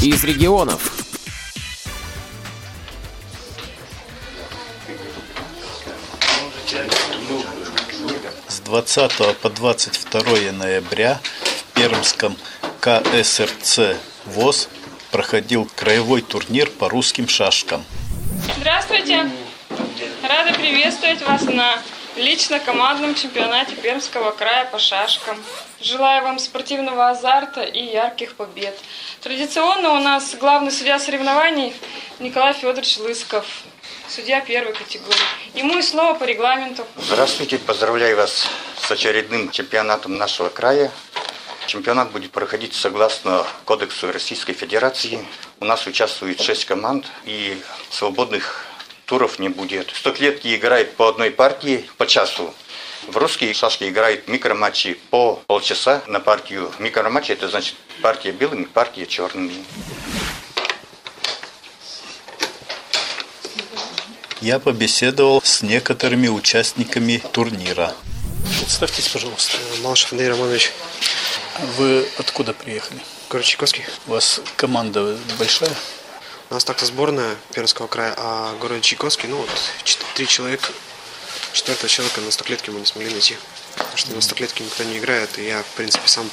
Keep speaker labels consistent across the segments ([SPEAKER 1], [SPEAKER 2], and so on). [SPEAKER 1] из регионов.
[SPEAKER 2] С 20 по 22 ноября в Пермском КСРЦ ВОЗ проходил краевой турнир по русским шашкам.
[SPEAKER 3] Здравствуйте! Рада приветствовать вас на лично-командном чемпионате Пермского края по шашкам. Желаю вам спортивного азарта и ярких побед. Традиционно у нас главный судья соревнований Николай Федорович Лысков, судья первой категории. Ему и слово по регламенту.
[SPEAKER 4] Здравствуйте, поздравляю вас с очередным чемпионатом нашего края. Чемпионат будет проходить согласно Кодексу Российской Федерации. У нас участвует 6 команд и свободных туров не будет. Стоклетки играют по одной партии по часу. В русские шашки играют микроматчи по полчаса на партию. Микроматчи – это значит партия белыми, партия черными.
[SPEAKER 2] Я побеседовал с некоторыми участниками турнира.
[SPEAKER 5] Представьтесь, пожалуйста. Малышев Андрей Романович.
[SPEAKER 2] Вы откуда приехали?
[SPEAKER 5] Город Чайковский.
[SPEAKER 2] У вас команда большая?
[SPEAKER 5] У нас так-то сборная Пермского края, а город Чайковский, ну вот, чет- три человека. Четвертого человека на стоклетке мы не смогли найти. Потому что на стоклетке никто не играет, и я, в принципе, сам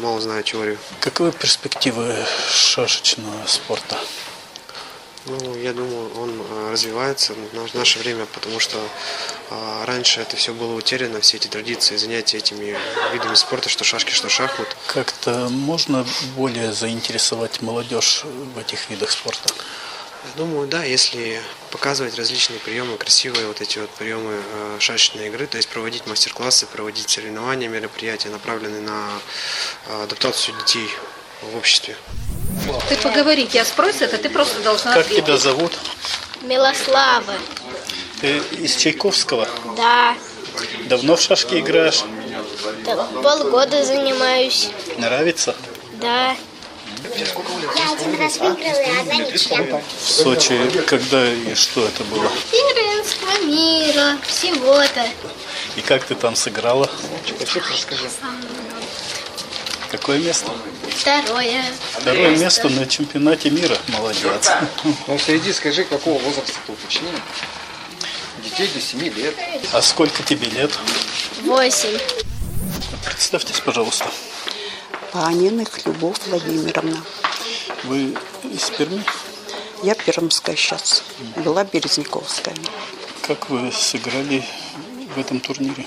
[SPEAKER 5] мало знаю теорию.
[SPEAKER 2] Каковы перспективы шашечного спорта?
[SPEAKER 5] Ну, я думаю, он э, развивается в наш- наше время, потому что э, раньше это все было утеряно, все эти традиции, занятия этими видами спорта, что шашки, что шахмат.
[SPEAKER 2] Как-то можно более заинтересовать молодежь в этих видах спорта?
[SPEAKER 5] Я Думаю, да, если показывать различные приемы, красивые вот эти вот приемы э, шашечной игры, то есть проводить мастер-классы, проводить соревнования, мероприятия, направленные на э, адаптацию детей в обществе.
[SPEAKER 6] Ты поговорить, я спросила, это ты просто должна
[SPEAKER 2] Как
[SPEAKER 6] ответить.
[SPEAKER 2] тебя зовут?
[SPEAKER 7] Милослава,
[SPEAKER 2] Ты из Чайковского?
[SPEAKER 7] да.
[SPEAKER 2] Давно в шашки играешь?
[SPEAKER 7] Там полгода занимаюсь,
[SPEAKER 2] Нравится?
[SPEAKER 7] да. Я один раз выиграла, и одна ничья.
[SPEAKER 2] В Сочи когда и что это было?
[SPEAKER 7] Первенство мира, всего-то.
[SPEAKER 2] И как ты там сыграла? Какое место?
[SPEAKER 7] Второе.
[SPEAKER 2] Второе место на чемпионате мира. Молодец.
[SPEAKER 8] Ну, среди, скажи, какого возраста ты уточни? Детей до 7 лет.
[SPEAKER 2] А сколько тебе лет?
[SPEAKER 7] Восемь.
[SPEAKER 2] Представьтесь, пожалуйста.
[SPEAKER 9] Паниных Любовь Владимировна.
[SPEAKER 2] Вы из Перми?
[SPEAKER 9] Я пермская сейчас, была Березняковская.
[SPEAKER 2] Как вы сыграли в этом турнире?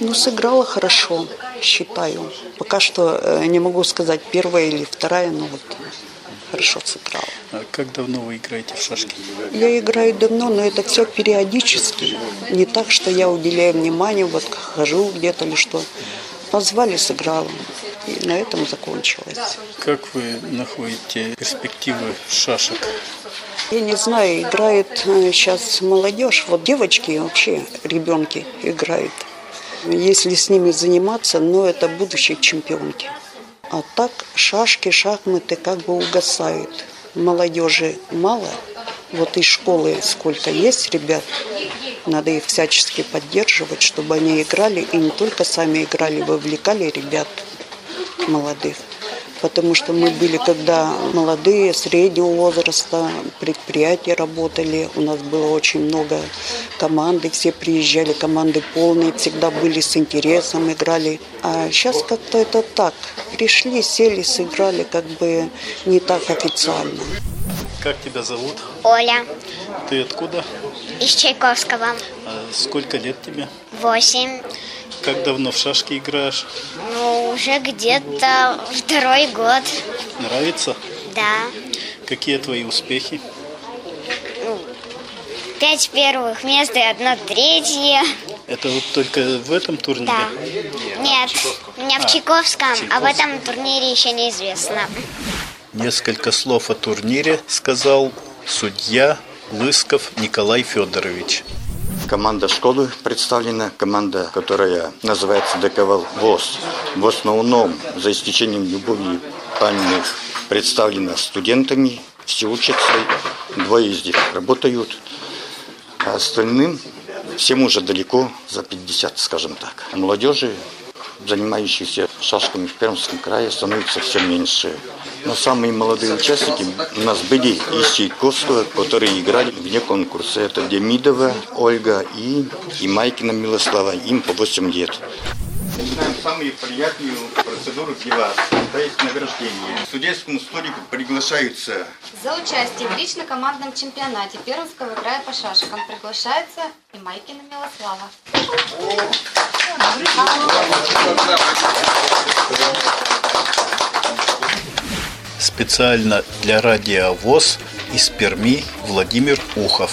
[SPEAKER 9] Ну, сыграла хорошо, считаю. Пока что э, не могу сказать, первая или вторая, но вот хорошо сыграла.
[SPEAKER 2] А как давно вы играете в шашки?
[SPEAKER 9] Я играю давно, но это все периодически. Не так, что я уделяю внимание, вот хожу где-то или что. Позвали, сыграла. И на этом закончилось.
[SPEAKER 2] Как вы находите перспективы шашек?
[SPEAKER 9] Я не знаю, играет сейчас молодежь. Вот девочки и вообще, ребенки играют. Если с ними заниматься, ну, это будущие чемпионки. А так шашки, шахматы как бы угасают. Молодежи мало. Вот и школы сколько есть ребят. Надо их всячески поддерживать, чтобы они играли. И не только сами играли, вовлекали ребят молодых. Потому что мы были, когда молодые, среднего возраста, предприятия работали. У нас было очень много команды, все приезжали, команды полные, всегда были с интересом, играли. А сейчас как-то это так. Пришли, сели, сыграли, как бы не так официально.
[SPEAKER 2] Как тебя зовут?
[SPEAKER 7] Оля
[SPEAKER 2] Ты откуда?
[SPEAKER 7] из Чайковского.
[SPEAKER 2] А сколько лет тебе?
[SPEAKER 7] Восемь.
[SPEAKER 2] Как давно в шашки играешь?
[SPEAKER 7] Ну, уже где-то второй год.
[SPEAKER 2] Нравится?
[SPEAKER 7] Да.
[SPEAKER 2] Какие твои успехи?
[SPEAKER 7] Пять первых мест и одно третье.
[SPEAKER 2] Это вот только в этом турнире?
[SPEAKER 7] Да. Нет, у меня в Чайковском, об этом турнире еще неизвестно.
[SPEAKER 2] Несколько слов о турнире сказал судья Лысков Николай Федорович.
[SPEAKER 4] Команда школы представлена, команда, которая называется ДКВ ВОЗ. В основном, за исключением Любови Пальных, представлена студентами, все учатся, двое из них работают, а остальным всем уже далеко за 50, скажем так. А молодежи занимающихся шашками в Пермском крае становится все меньше. Но самые молодые участники у нас были из Чайковского, которые играли вне конкурса. Это Демидова Ольга и, и Майкина Милослава. Им по 8 лет. Начинаем самые приятные процедуры для вас. Это есть награждение. Судейскому столику приглашаются
[SPEAKER 1] За участие в лично-командном чемпионате Пермского края по шашкам приглашается и Майкина Милослава.
[SPEAKER 2] Специально для радиовоз из Перми Владимир Ухов.